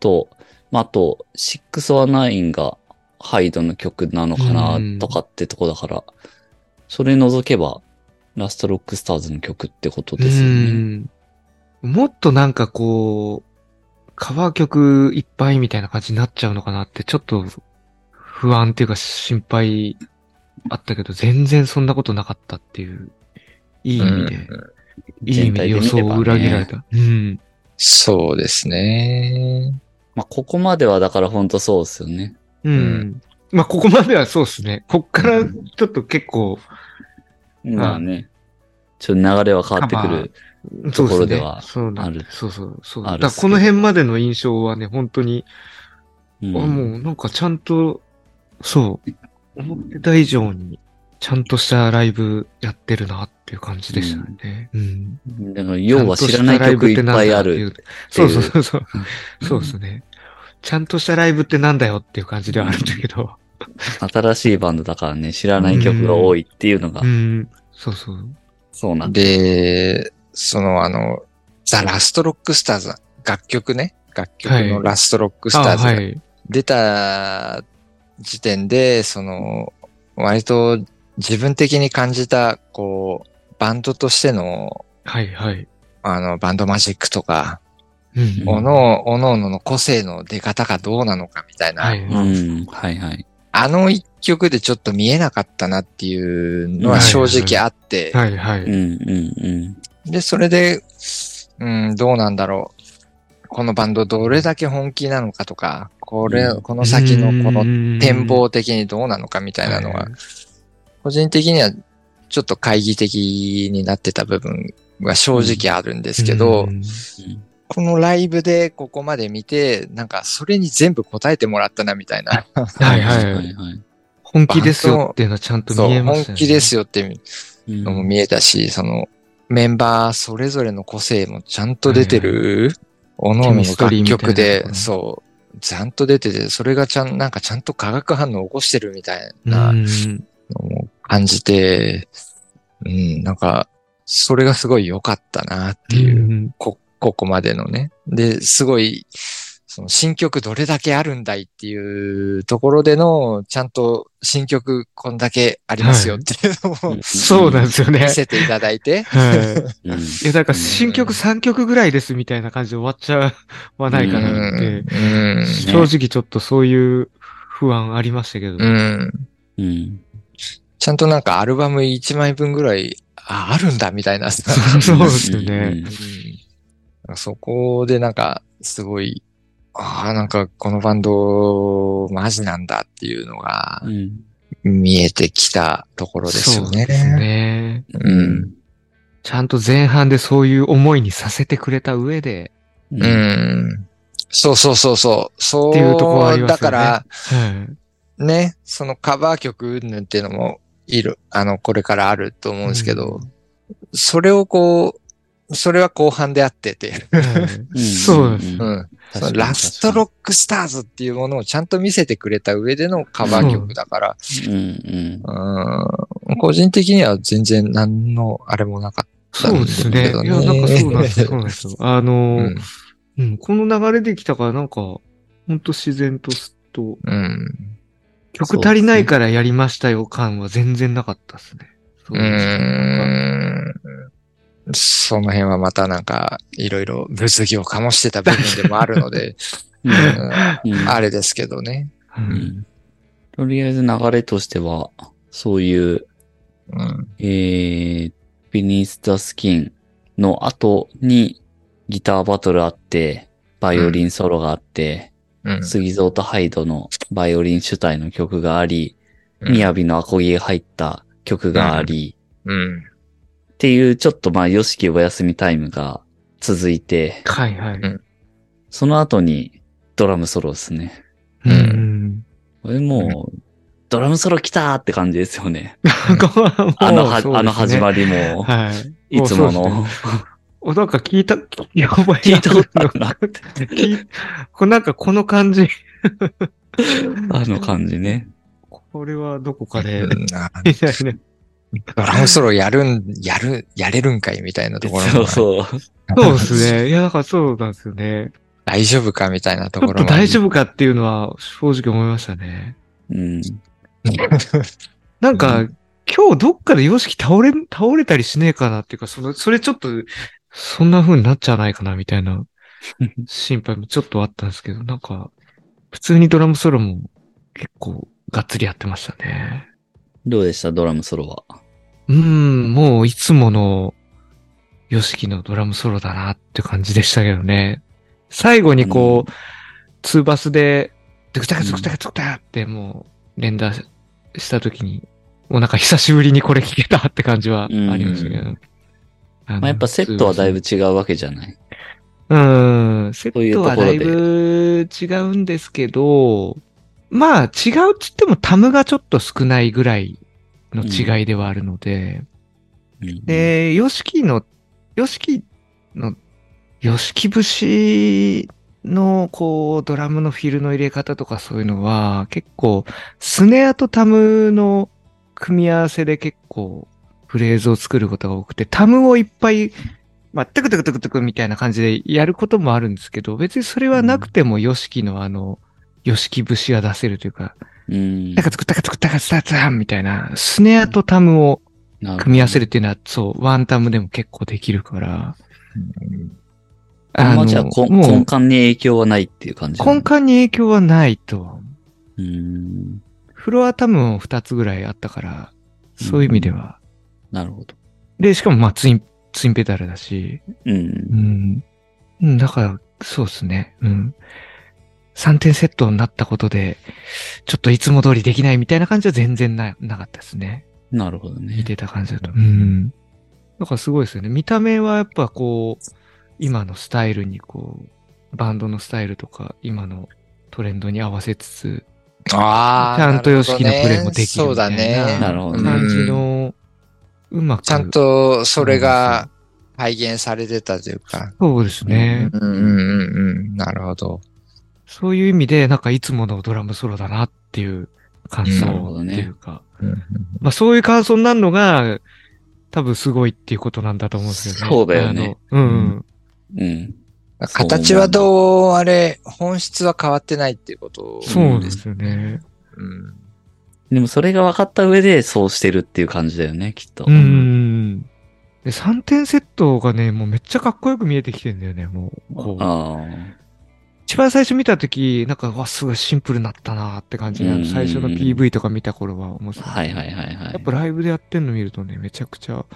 と、まあ、あと、シックス・オア・ナインがハイドの曲なのかなうんとかってとこだから、それ除けば、ラストロックスターズの曲ってことですよね。うんもっとなんかこう、カバー曲いっぱいみたいな感じになっちゃうのかなって、ちょっと不安っていうか心配あったけど、全然そんなことなかったっていう、いい意味で、うんいい意味で予想を裏切られた。うん。そうですね。まあ、ここまではだからほんとそうですよね。うん。んまあ、ここまではそうですね。こっからうちょっと結構、まあね。ちょっと流れは変わってくる。そうところすでねはそうなあんるそうそう、そう。あだるからこの辺までの印象はね、本当にうんあもうなんかちゃんと、そう、思ってた以上に、ちゃんとしたライブやってるなっていう感じでしたね。うん。だから要は知らない曲いっぱいある。ちゃんとしたライブってなんだっていう。そうそうそうそう。そうですね。ちゃんとしたライブってなんだよっていう感じではあるんだけど。新しいバンドだからね、知らない曲が多いっていうのがう、ん。そうそう。そうなんだ。で、そのあの、ザ・ラストロックスターズ、楽曲ね。楽曲はのいラストロックスターあ、ズがはい。出た時点で、その、割と自分的に感じた、こう、バンドとしての、はいはい。あの、バンドマジックとか、うん。おおのおのおのの個性の出方がどうなのかみたいな、はい。うん、はいはい。あの一曲でちょっと見えなかったなっていうのは正直あって、はいはうんい。、うん、うん。で、それで、うん、どうなんだろう。このバンドどれだけ本気なのかとか、これ、うんこの先のこのの展望的にどうなのかみたいなのが、個人的にはちょっと懐疑的になってた部分が正直あるんですけど、うんこのライブでここまで見て、なんかそれに全部答えてもらったなみたいな。はいはいはいはい。本気ですよっていうのはちゃんとそう、見えま本したよね。気ですよってうんのも見えたし、そのメンバーそれぞれの個性もちゃんと出てる、おのおのケミスト楽リーみたいな曲とこで、ろそう、ちゃんと出てて、それがちゃん、なんかちゃんと化学反応を起こしてるみたいなうんのも感じて、うん、なんか、それがすごい良かったなっていう、こ、ここまでのね。で、すごい、その新曲どれだけあるんだいっていうところでの、ちゃんと新曲こんだけありますよっていうのを、そうなんですよね 見。せていただいて、はい。うん。いや、だから新曲3曲ぐらいですみたいな感じで終わっちゃわないかうなってん、、うん正直ちょっとそういう不安ありましたけど。うん、うん。ちゃんとなんかアルバム1枚分ぐらい、あ、あるんだみたいなさ。そうですよね。うんそこでなんか、すごい、ああ、なんかこのバンド、マジなんだっていうのがうん。うん。見えてきたところですよね。そうですね。ううんん。ちゃんと前半でそういう思いにさせてくれた上で、うん。うん。そうそうそうそう。そう。っていうところありますよねだから、はいね、そのカバー曲云々っていうのも、いる、あの、これからあると思うんですけど、それをこう、それは後半であってっていう。はいんそうですううんん。そのラストロックスターズっていうものをちゃんと見せてくれた上でのカバー曲だから、うんうん。うん、個人的には全然何のあれもなかっそうでだすね。けどいねや、なんかそうなんですよ。そうなんですよ。あた。のうーん。うん、この流れできたから、なんか、ほんと自然とすっと、うん。曲足りないからやりましたよ感は全然なかったですね。そううですねん。その辺はまたなんか、いろいろ物議を醸してた部分でもあるの で、うんううんんあれですけどね。うんうんとりあえず流れとしては、そういう、うん。えー、Beneath the Skin の後にギターバトルあって、バイオリンソロがあって、うん。杉蔵とハイドのバイオリン主体の曲があり、うん雅のアコギが入った曲があり、うん。っていうちょっとまあ、ヨシキお休みタイムが続いて、はいはい。その後にドラムソロですね。ううん ん。これもう、ドラムソロ来たーって感じですよね。なんかもうあのは、そうですねあの始まりも、はい。いつももうそうの。お、なんか聞いた、聞い覚え聞いたことあるなって。聞いこなんかこの感じ、 あの感じね。これはどこかで、うんあみたいな。ドラムソロやるん、やる、やれるんかいみたいなところも。そうそう。そうですね。いや、だからそうなんですよね。大丈夫かみたいなとちょこっろとも。大丈夫かっていうのは正直思いましたね。うん。なんか、う今日どっかでヨシキ倒れ、倒れたりしねえかなっていうか、その、それちょっと、そんな風になっちゃわないかなみたいな心配もちょっとあったんですけど、なんか、普通にドラムソロも結構がっつりやってましたね。どうでしたドラムソロは。うーん、もういつものヨシキのドラムソロだなって感じでしたけどね。最後にこう、ツーバスで、ドクタクドクタクドクタクってもう連打した時に、もうなんか久しぶりにこれ聞けたって感じはありましたけど。あのまあ、やっぱセットはだいぶ。違うわけじゃない。ツーバスうん、セそういうッとトころはでだいぶ違うんですけど、まあ違うっつってもタムがちょっと少ないぐらいの違いではあるので、うん、で、ヨシキの、ヨシキの、ヨシキ節の、こう、ドラムのフィルの入れ方とかそういうのは、結構、スネアとタムの組み合わせで結構、フレーズを作ることが多くて、タムをいっぱい、まあ、テクテクテクテクみたいな感じでやることもあるんですけど、別にそれはなくても、ヨシキのあの、ヨシキ節が出せるというか、うんタカツクタカツクタカツタツンみたいな、スネアとタムを組み合わせるるっていうのは、そう、ワンタムでも結構できるから。ほど。あんまじゃあ、こもう根幹に影響はないっていう感じ。根幹に影響はないと。うん。フロアタムも2つぐらいあったから、そういう意味では。なるほど。で、しかもまあツイン、ツインペダルだし。うんう。ん。うんだから、そうですね。うん。3点セットになったことで、ちょっといつも通りできないみたいな感じは全然ななかったですね。なるほどね見。てた感じだと。うん。だからすごいですよね。見た目はやっぱこう、今のスタイルにこう、バンドのスタイルとか、今のトレンドに合わせつつ、ああ。ちゃんとなるほど良識のプレイもできるそうみだたねい。なるほどね感じの、うまく。ちゃん。とそれが体現されてたというか。そうですね。うんうんうんうん。なるほど。そういう意味で、なんかいつものドラムソロだなっていう感想っていうか。うんなるほどねまあそういう感想になるのが、多分すごいっていうことなんだと思うんですよね。そうだよねあの。うんううん。ん。形はどうあれ、本質は変わってないっていうことうなそんうだですよね。うん。でもそれが分かった上でそうしてるっていう感じだよね、きっと。うんうんうん。で、3点セットがね、もうめっちゃかっこよく見えてきてんだよね、もう。こうああ。一番最初見たとき、なんか、うわ、すごいシンプルになったなーって感じうんうんうんで、最初の PV とか見た頃は思ってたはいはいはいはい。やっぱライブでやってんの見るとね、めちゃくちゃ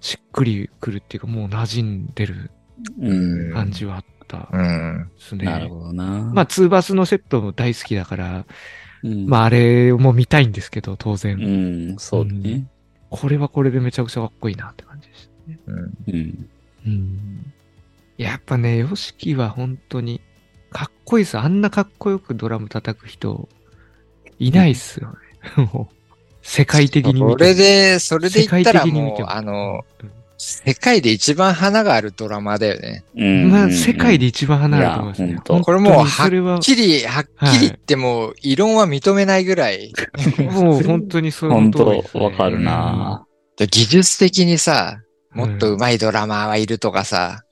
しっくりくるっていうか、もう馴染んでるうん。感じはあったうでん。すね。なるほどな。まあ、ツーバスのセットも大好きだから、うん、まあ、あれも見たいんですけど、当然。うん、そうだね。これはこれでめちゃくちゃかっこいいなって感じでしたね。うん。うん。うん。やっぱね、ヨシキは本当に、かっこいいっす。あんなかっこよくドラム叩く人、いないっすよね。もう、世界的に見そてもれ、で、それで言ったら世界的に見もてう、もあの、うん世界で一番花があるドラマだよね。うんまあ、世界で。で一番離れてますいやね本。当これもう本当にそれははっ、きり、はっきり言ってもう、異論は認めないぐらい。もう本当にそうい本うこと当わかるな。技術的にさ、もっと上手いドラマーはいるとかさ、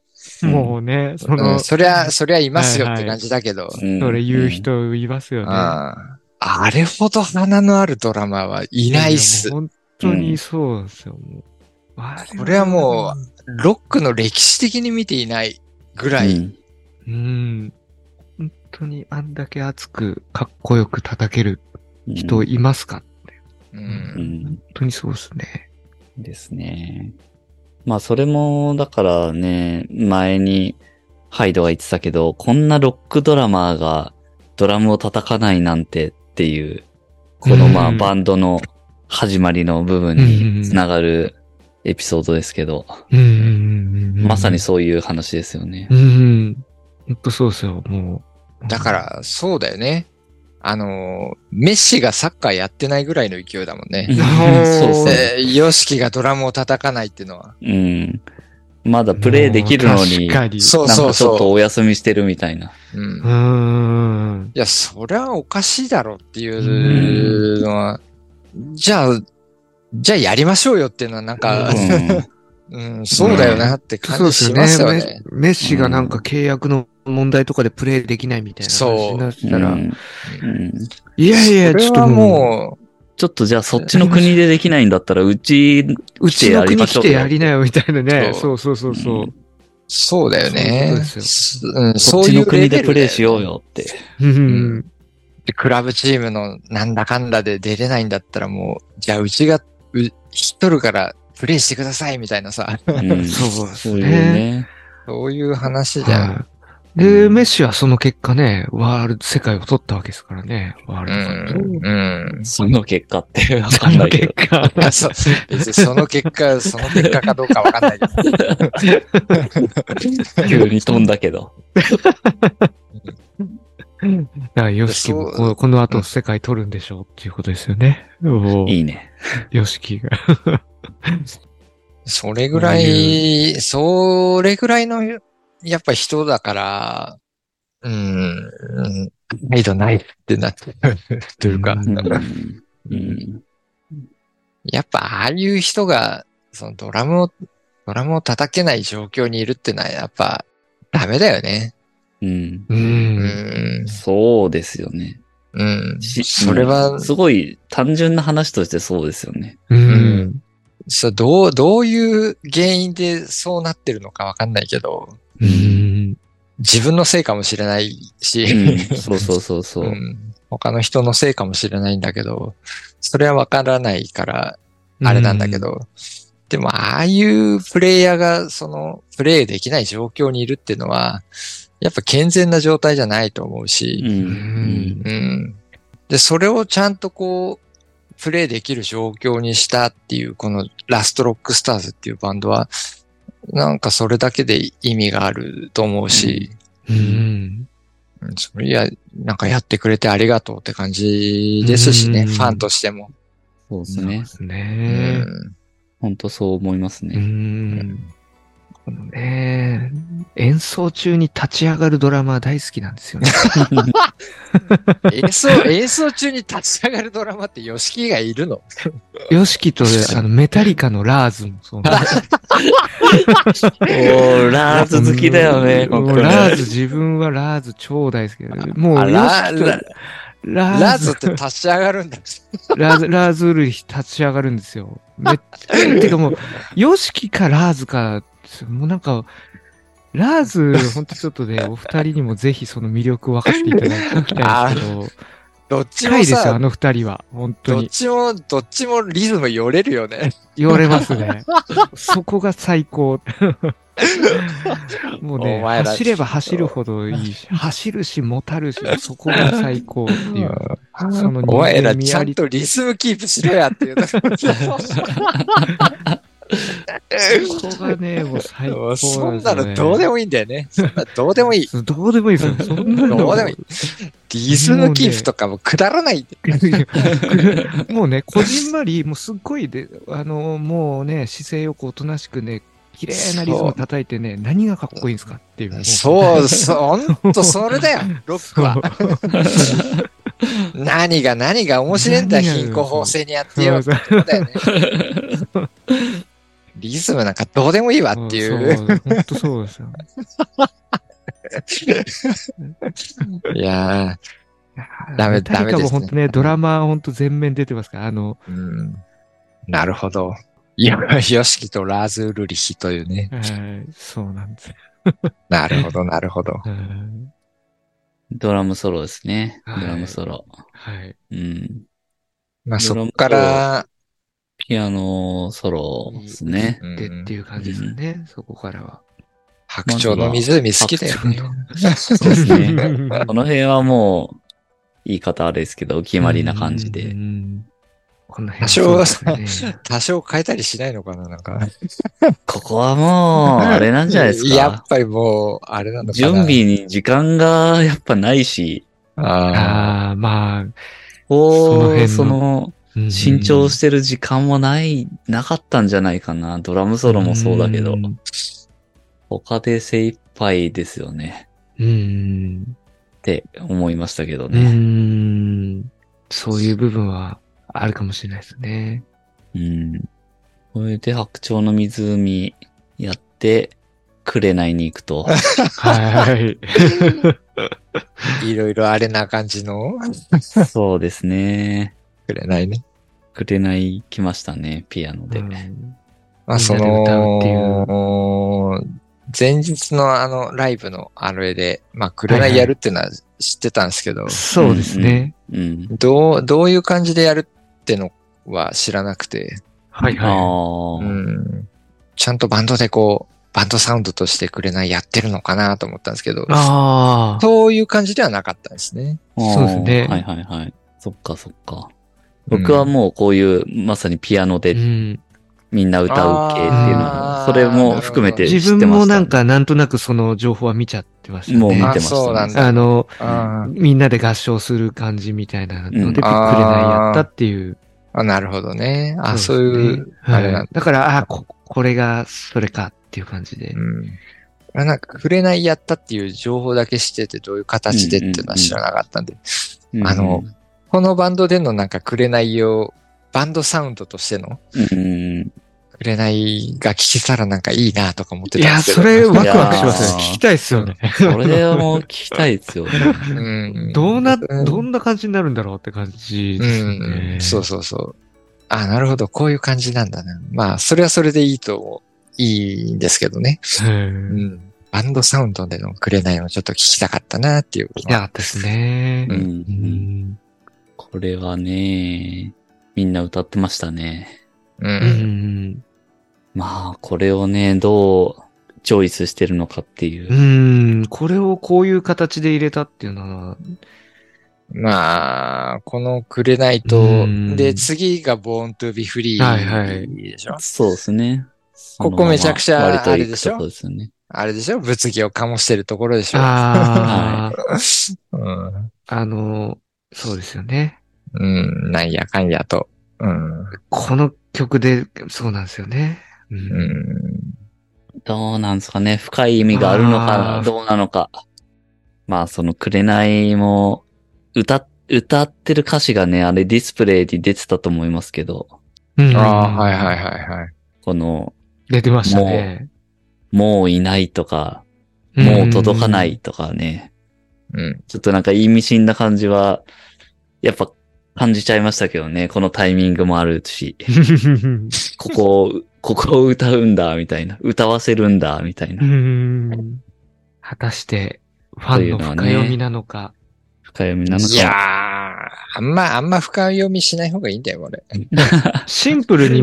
うんもうね、そうんの、そりゃ、そりゃいますよって感じだけど、うんそれ言う人いますよね。あああれほど花のあるドラマーはいないっすや。もう本当にそうなんですよ。もうあこれはもロックの歴史的に見ていないぐらい。うんう、うん。本当にあんだけ熱く、かっこよく叩けるうん人いますか、う。うんん本当にそうですね。ですね。まあそれも、だからね、前にハイドが言ってたけど、こんなロックドラマーがドラムを叩かないなんてっていう、このまあうんバンドの始まりの部分につながるエピソードですけど、うんうんうんうん。まさにそういう話ですよねう。。うん。本当そうですよ、もう。だか、ら、そうだよね。あの、メッシがサッカーやってないぐらいの勢いだもんね。 そうそう。えー、ヨシキがドラムを叩かないっていうのは。うん。まだプレイできるのに、なもうんか確かに。そうちそょうっとそお休みしてるみたいな。う。うんう。ーん。いや、そりゃおかしいだろっていうのは、じゃあ、じゃあやりましょうよっていうのはなんか、うん、そうだよなって感じしますよね。メメッシがなんか契約の問題とかでプレイできないみたいな話になってうんたら、うんうんいやいや、ちょっそれとはももちょっとじゃあそっちの国でできないんだったら、うち、う、うちの国来てやりなよみたいなね。そそうそうそうそうう。う、そうだよそういうこねと。ですうんそっそうちいのう国レベルだよねでプレイしようよって。うん。でクラブチームのなんだかんだで出れないんだったらもう、じゃあうちが、う引き取るからプレイしてくださいみたいなさ、 うんそうそですういうね。ね。そういう話じゃん。はいで、メッシはその結果ね、ワールド、世界を取ったわけですからね。ワーうルドカッん。プ。うん。その結果ってわかんないけど。結果。あそう別にその結果、その結果かどうかわかん ないけど。急に飛んだけど。だから、ヨシキもこうこの後世界取るんでしょうっていうことですよね。おういいね。ヨシキが。それぐらい、それぐらいの、やっぱ人だから、うん、態度ないってなってるというか、ううんうんやっぱああいう人が、そのドラムを、ドラムを叩けない状況にいるってのはやっぱダメだよね。うんうう。んん、そうですよね。うん、しそれはうん、すごい単純な話としてそうですよね。う。うんん、そう、どう、どういう原因でそうなってるのかわかんないけど、うん。自分のせいかもしれないし、うんそうそうそうそうう。ん、他の人のせいかもしれないんだけど、それはわからないから、あれなんだけど、でも、ああいうプレイヤーが、その、プレイできない状況にいるっていうのは、やっぱ健全な状態じゃないと思ううし、んうん。で、それをちゃんとこう、プレイできる状況にしたっていう、このラストロックスターズっていうバンドは、なんかそれだけで意味があると思うし、うん。うんそれいや、なんかやってくれてありがとうって感じですしね、うんファンとしても。そうですそうねで。すうね。ん本当そう思いますうね。ん。このね、演奏中に立ち上がるドラマー大好きなんですよね。演 奏、演奏中に立ち上がるドラマって吉木がいるのヨシキとねあのメタリカのラーズもそうなんですよおー、ラーズ好きだよね、もこうこねラーズ、自分はラーズ超大好きだよ。もうあヨラシキとラララーズズっ、て立ち上がるんだ。ラーズ、ラーズウルヒ立ち上がるんですよ。めっちゃ、てかもう、ヨシキかラーズか、もうなんか、ラーズ、ほんとちょっとね、お二人にもぜひその魅力を分かっていただきたいんですけど、どっち近もいですよ、あさ、の二人は。本当どっに。ちも、どっちもリズムよれるよね。言われますね。そこが最高。 もうね、お前ら走れば走るほどいいし、走るし、もたるし、そこが最高っていう。その人お間味あり前らちゃんとリズムキープしろやっ ていう。そこがね、もう最高なんですよ、そね。んなのどうでももいいんだよね。そんなどうでもいい。どうでもいいですよ。そんなの。どうでもいい。リズムキープとかもくだらない。い。 もうね、こじんまり、もうすっごいで、あの、もうね、姿勢よくおとなしくね、綺麗なリズムを叩いてね、何がかっこいいんですかっていう。そう、そう、ほんとそれだよ、ロックは。 は。何が何が面白いんだ、何が貧困法制にやってそよう。そうそうだよね。リズムなんかどうでもいいわっていう。そう。本当そうですよ。いやダメダメですねメも本当ね、ドラマ本当全面出てますから、あの、ー、うん。なるほど。いや、ヨシキとラーズウルリヒというね。はいそうなんです。なるほど、なるほど。うんドラムソロですね。ドはいラムソロ。はい。うん。まあ、ドそラムこから、ピアノソロですね。うんでっていう感じですね、そこからは。白鳥の湖好きだよね。そうですね。ここの辺はもう、言い方あれですけど、お決まりな感じで。。この辺多少ははそうですね。 多少変えたりしないのかな、なんか。ここはもう、あれなんじゃないです やっか。ぱりもう、あれなのかな。準備に時間がやっぱないし、ああ。ああ、まあ、そのこ辺う、のその、うん慎重してる時間もない、なかったんじゃないかな。ドラムソロもそうだけどう、ん他で精一杯ですよね。うん。って思いましたけどうね。ん。そういう部分はあるかもしれないです ね。うん。それで白鳥の湖やって、紅に行く と。はい。いろいろあれな感じの、そうですね。くれないね。紅来ましたね、ピアノで。うんまあ、みんそなで歌うっていうの、前日のあの、ライブのあれで、まあ、くれなはいいはいやるっていうのは知ってたんですけど、そうですね。うん。どう、どういう感じでやるってのは知らなくて、はいあはあ、うんちゃんとバンドでこう、バンドサウンドとしてくれないやってるのかなと思ったんですけどい。、ああ。そういう感じではなかったんですね。そうですねはいはいはい。そっかそっか。僕はもうこういう、まさにピアノうでんみんな歌う系っていうのあは、ーそれも含めて知ってました、自分もなん、かなんとなくその情報は見ちゃってましたね。もう見てあました、ね。そうなんだあの、あーみんなで合唱する感じみたいなので、うんびっくれないやったっていう。あ、なるほどね。あ、そうですねいう、あれなんだはいだから、あこ、これがそれかっていう感じでう。ん。あなんか、触れないやったっていう情報だけ知ってて、どういう形でっていうのは知らなかったんで、うんあの、このバンドでのなんか、触れないを、バンドサウンドとしての、うん。触れないが聞けたらなんかいいなとか思っていたんや、ですけそど。れワクワクしまいすやね。ー聞きたいっすよね。それはもう聞きたい ですよね。うんどうな、うんどんな感じになるんだろうって感じうですん、ね。そうそうそう。あ、なるほど、こういう感じなんだな。まあ、それはそれでいいと、いいんですけどね。うん。聞ん。バンドサウンドでのくれないをちょっと聞きたかったなっていう。きたかったですねう。んうん。これはね、みんな歌ってましたね。う。うんん。まあ、これをね、どうチョイスしてるのかっていう。うん。これをこういう形で入れたっていうのは、まあ、このくれないうと、んで、次がボーントゥビフリはいはいーでしょ、そうですね。ここめちゃくちゃ割とあれいでくしょとこですよね。あれでしょ物議を醸してるところでしょああ、うん。あの、そうですよね。うん、なんやかんやと。うん。この曲で、そうなんですよね。う。うんん。どうなんですかね。深い意味があるのかあーどうなのか。まあ、その、紅も、歌、歌ってる歌詞がね、あれディスプレイに出てたと思いますけど、うんああ、はいはいはいはい。この、出てましたね。もういないとか、もう届かないとかね、うん。ちょっとなんか意味深な感じは、やっぱ感じちゃいましたけどね。このタイミングもあるし、うん。ここを、ここを歌うんだ、みたいな。歌わせるんだ、みたいなう。ん果たして、ファンの深読みなのか。深読みなのいやーか。、あんま、あんま深読みしない方がいいんだよ、俺。シンプルに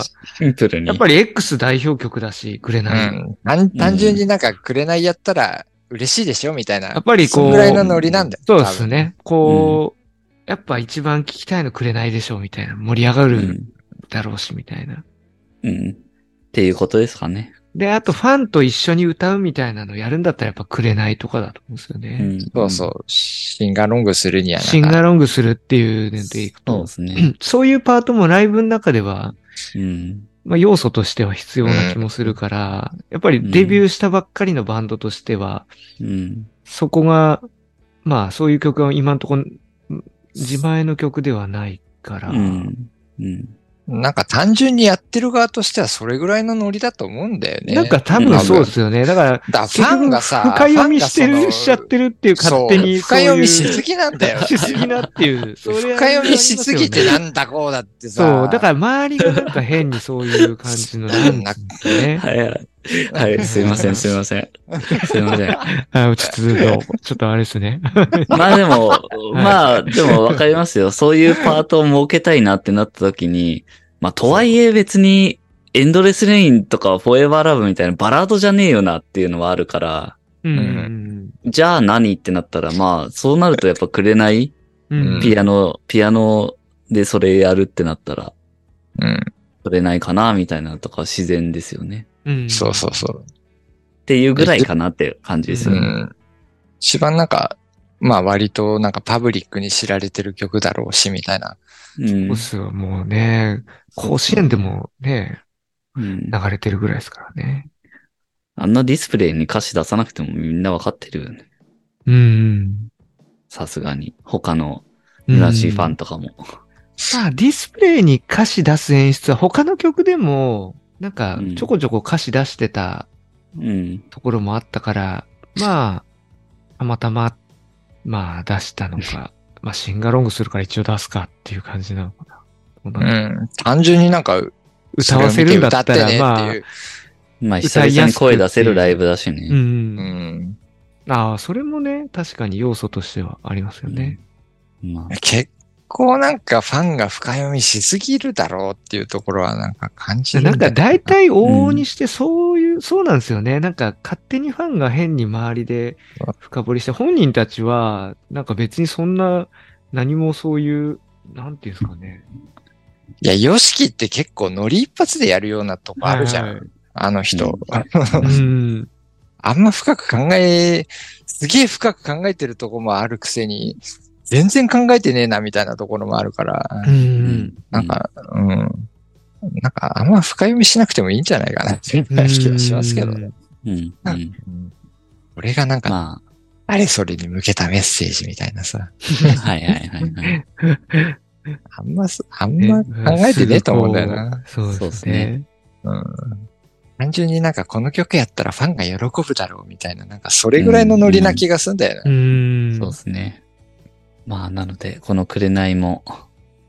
あ、 シンプルに。やっぱり X 代表曲だし、くれうない。ん。単単純になんか、くれないやったら嬉しいでしょみたいな。やっぱりそこんうぐ、らいのノリなんだよ。そうですね。こう、やっぱ一番聞きたいのくれないでしょ、みたいな。盛り上がうるん。だろうし、みたいな。うん。っていうことですかね。で、あとファンと一緒に歌うみたいなのやるんだったらやっぱくれないとかだと思うんですようね。ん。多分。そうそう。シンガーロングするにはシンなんか。ガロングするっていう点でいくそうとで、すね。そういうパートもライブの中では、うん。まあ、要素としては必要な気もするから、やっぱりデビューしたばっかりのバンドとしては、うん。そこが、まあそういう曲は今のところ、ん自前の曲ではないから、うん。うん。なんか単純にやってる側としてはそれぐらいのノリだと思うんだよね。なんか多分そうですよね。だから、だからファンがさ、深読みしてファンる、がそのしちゃってるっていう勝手にそう深読みしすぎぎなんだよ。 しすぎなっていう。それは 深読みしすぎてあなりんだこうだってますよねさ。そう、だから周りがなんか変にそういう感じの、なんか ね。はいはい。はい、すいません、すいません。すいません。あちょっと、ちょっとあれですね。 まあでも、まあ、でもわかりますよ。そういうパートを設けたいなってなった時に、まあ、とはいえ別に、エンドレスレインとかフォーエバーラブみたいなバラードじゃねえよなっていうのはあるから、うん。じゃあ何ってなったら、まあ、そうなるとやっぱくれないうんピアノ、ピアノでそれやるってなったら、うん。くれないかなみたいなのとか自然ですよね。うんそうそうそう。っていうぐらいかなっていう感じですうよね。ん。一番なんか、まあ割となんかパブリックに知られてる曲だろうし、みたいな。うんボスはもうね、甲子園でもね、うん流れてるぐらいですからね。あんなディスプレイに歌詞出さなくてもみんなわかってるよね。うん。さすがに。他の村シーファンとかも。まあ、ディスプレイに歌詞出す演出は他の曲でも、なんかうん、ちょこちょこ歌詞出してたうん。ところもあったから、まあ、たまたま、まあ、出したの か、まあ、シンガロングするから一応出すかっていう感じなのかな。どうなうのん。単純になんか、歌わせるんだったらまあ歌ってねっていうまあ、久歌い々やにすくって声いう出せるライブだしうね。ん。うん。ああ、それもね、確かに要素としてはありますよね。まあ、結構なんかファンが深読みしすぎるだろうっていうところはなんか感じるなだんかよ大体往々にしてそういう、そうなんですよね。なんか勝手にファンが変に周りで深掘りして、本人たちは、なんか別にそんな、何もそういう、なんていうんですかね。いや、ヨシキって結構ノリ一発でやるようなとこあるじゃん。はいはいあの人。うん。あんま深く考え、すげえ深く考えてるとこもあるくせに、全然考えてねえなみたいなところもあるから、う。。うんなんか、うん。なんか、あんま深読みしなくてもいいんじゃないかなって いう気がしますけどね。うん。うん。うん俺がなんか、まあれそれに向けたメッセージみたいなさ、あ、はいはいはいはい。あんまそ、あんま考えてねえと思うんだよな。そそううでですすねね。うん。単純になんかこの曲やったらファンが喜ぶだろうみたいな、なんかそれぐらいのノリな気がすんだよね。うん。そうですね。まあ、なので、この紅も、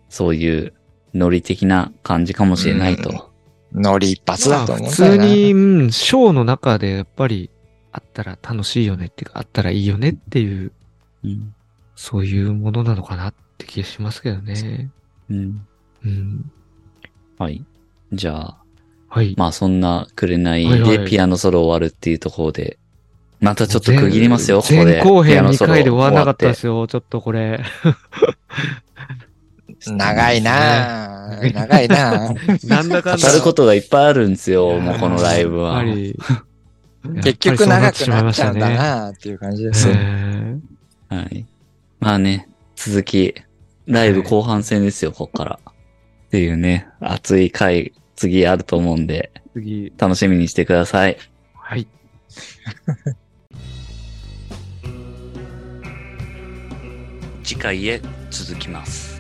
そういう、ノリ的な感じかもしれないと。ノリ一発まだあと思う普んだよ通な。に、うん、ショーの中でやっぱりあったら楽しいよねっていうか、あったらいいよねっていう、うん。そういうものなのかなって気がしますけどね。うん。うん。はい。じゃあ、はい。まあそんなは紅いはでいピアノソロ終わるっていうところで、またちょっと区切りますよ、ここで。前後ピア編ノ2ソロ回で終わんなかったで終すよ。ちょっとこれ。長いなぁ。 長いなぁ。なんだわかっんてだ。語ることがいっぱいあるんですよ、いやーもうこのライブ やっぱは。り結局長くなっちゃうんだやっなぁっていう感じでぱりすそうよ。なってしまいましたね。ねはい。まあね、続き、ライブ後半戦ですよ、こっから。っていうね、熱い回、次あると思うんで、え次、楽しみにしてください。はい。次回へ続きます。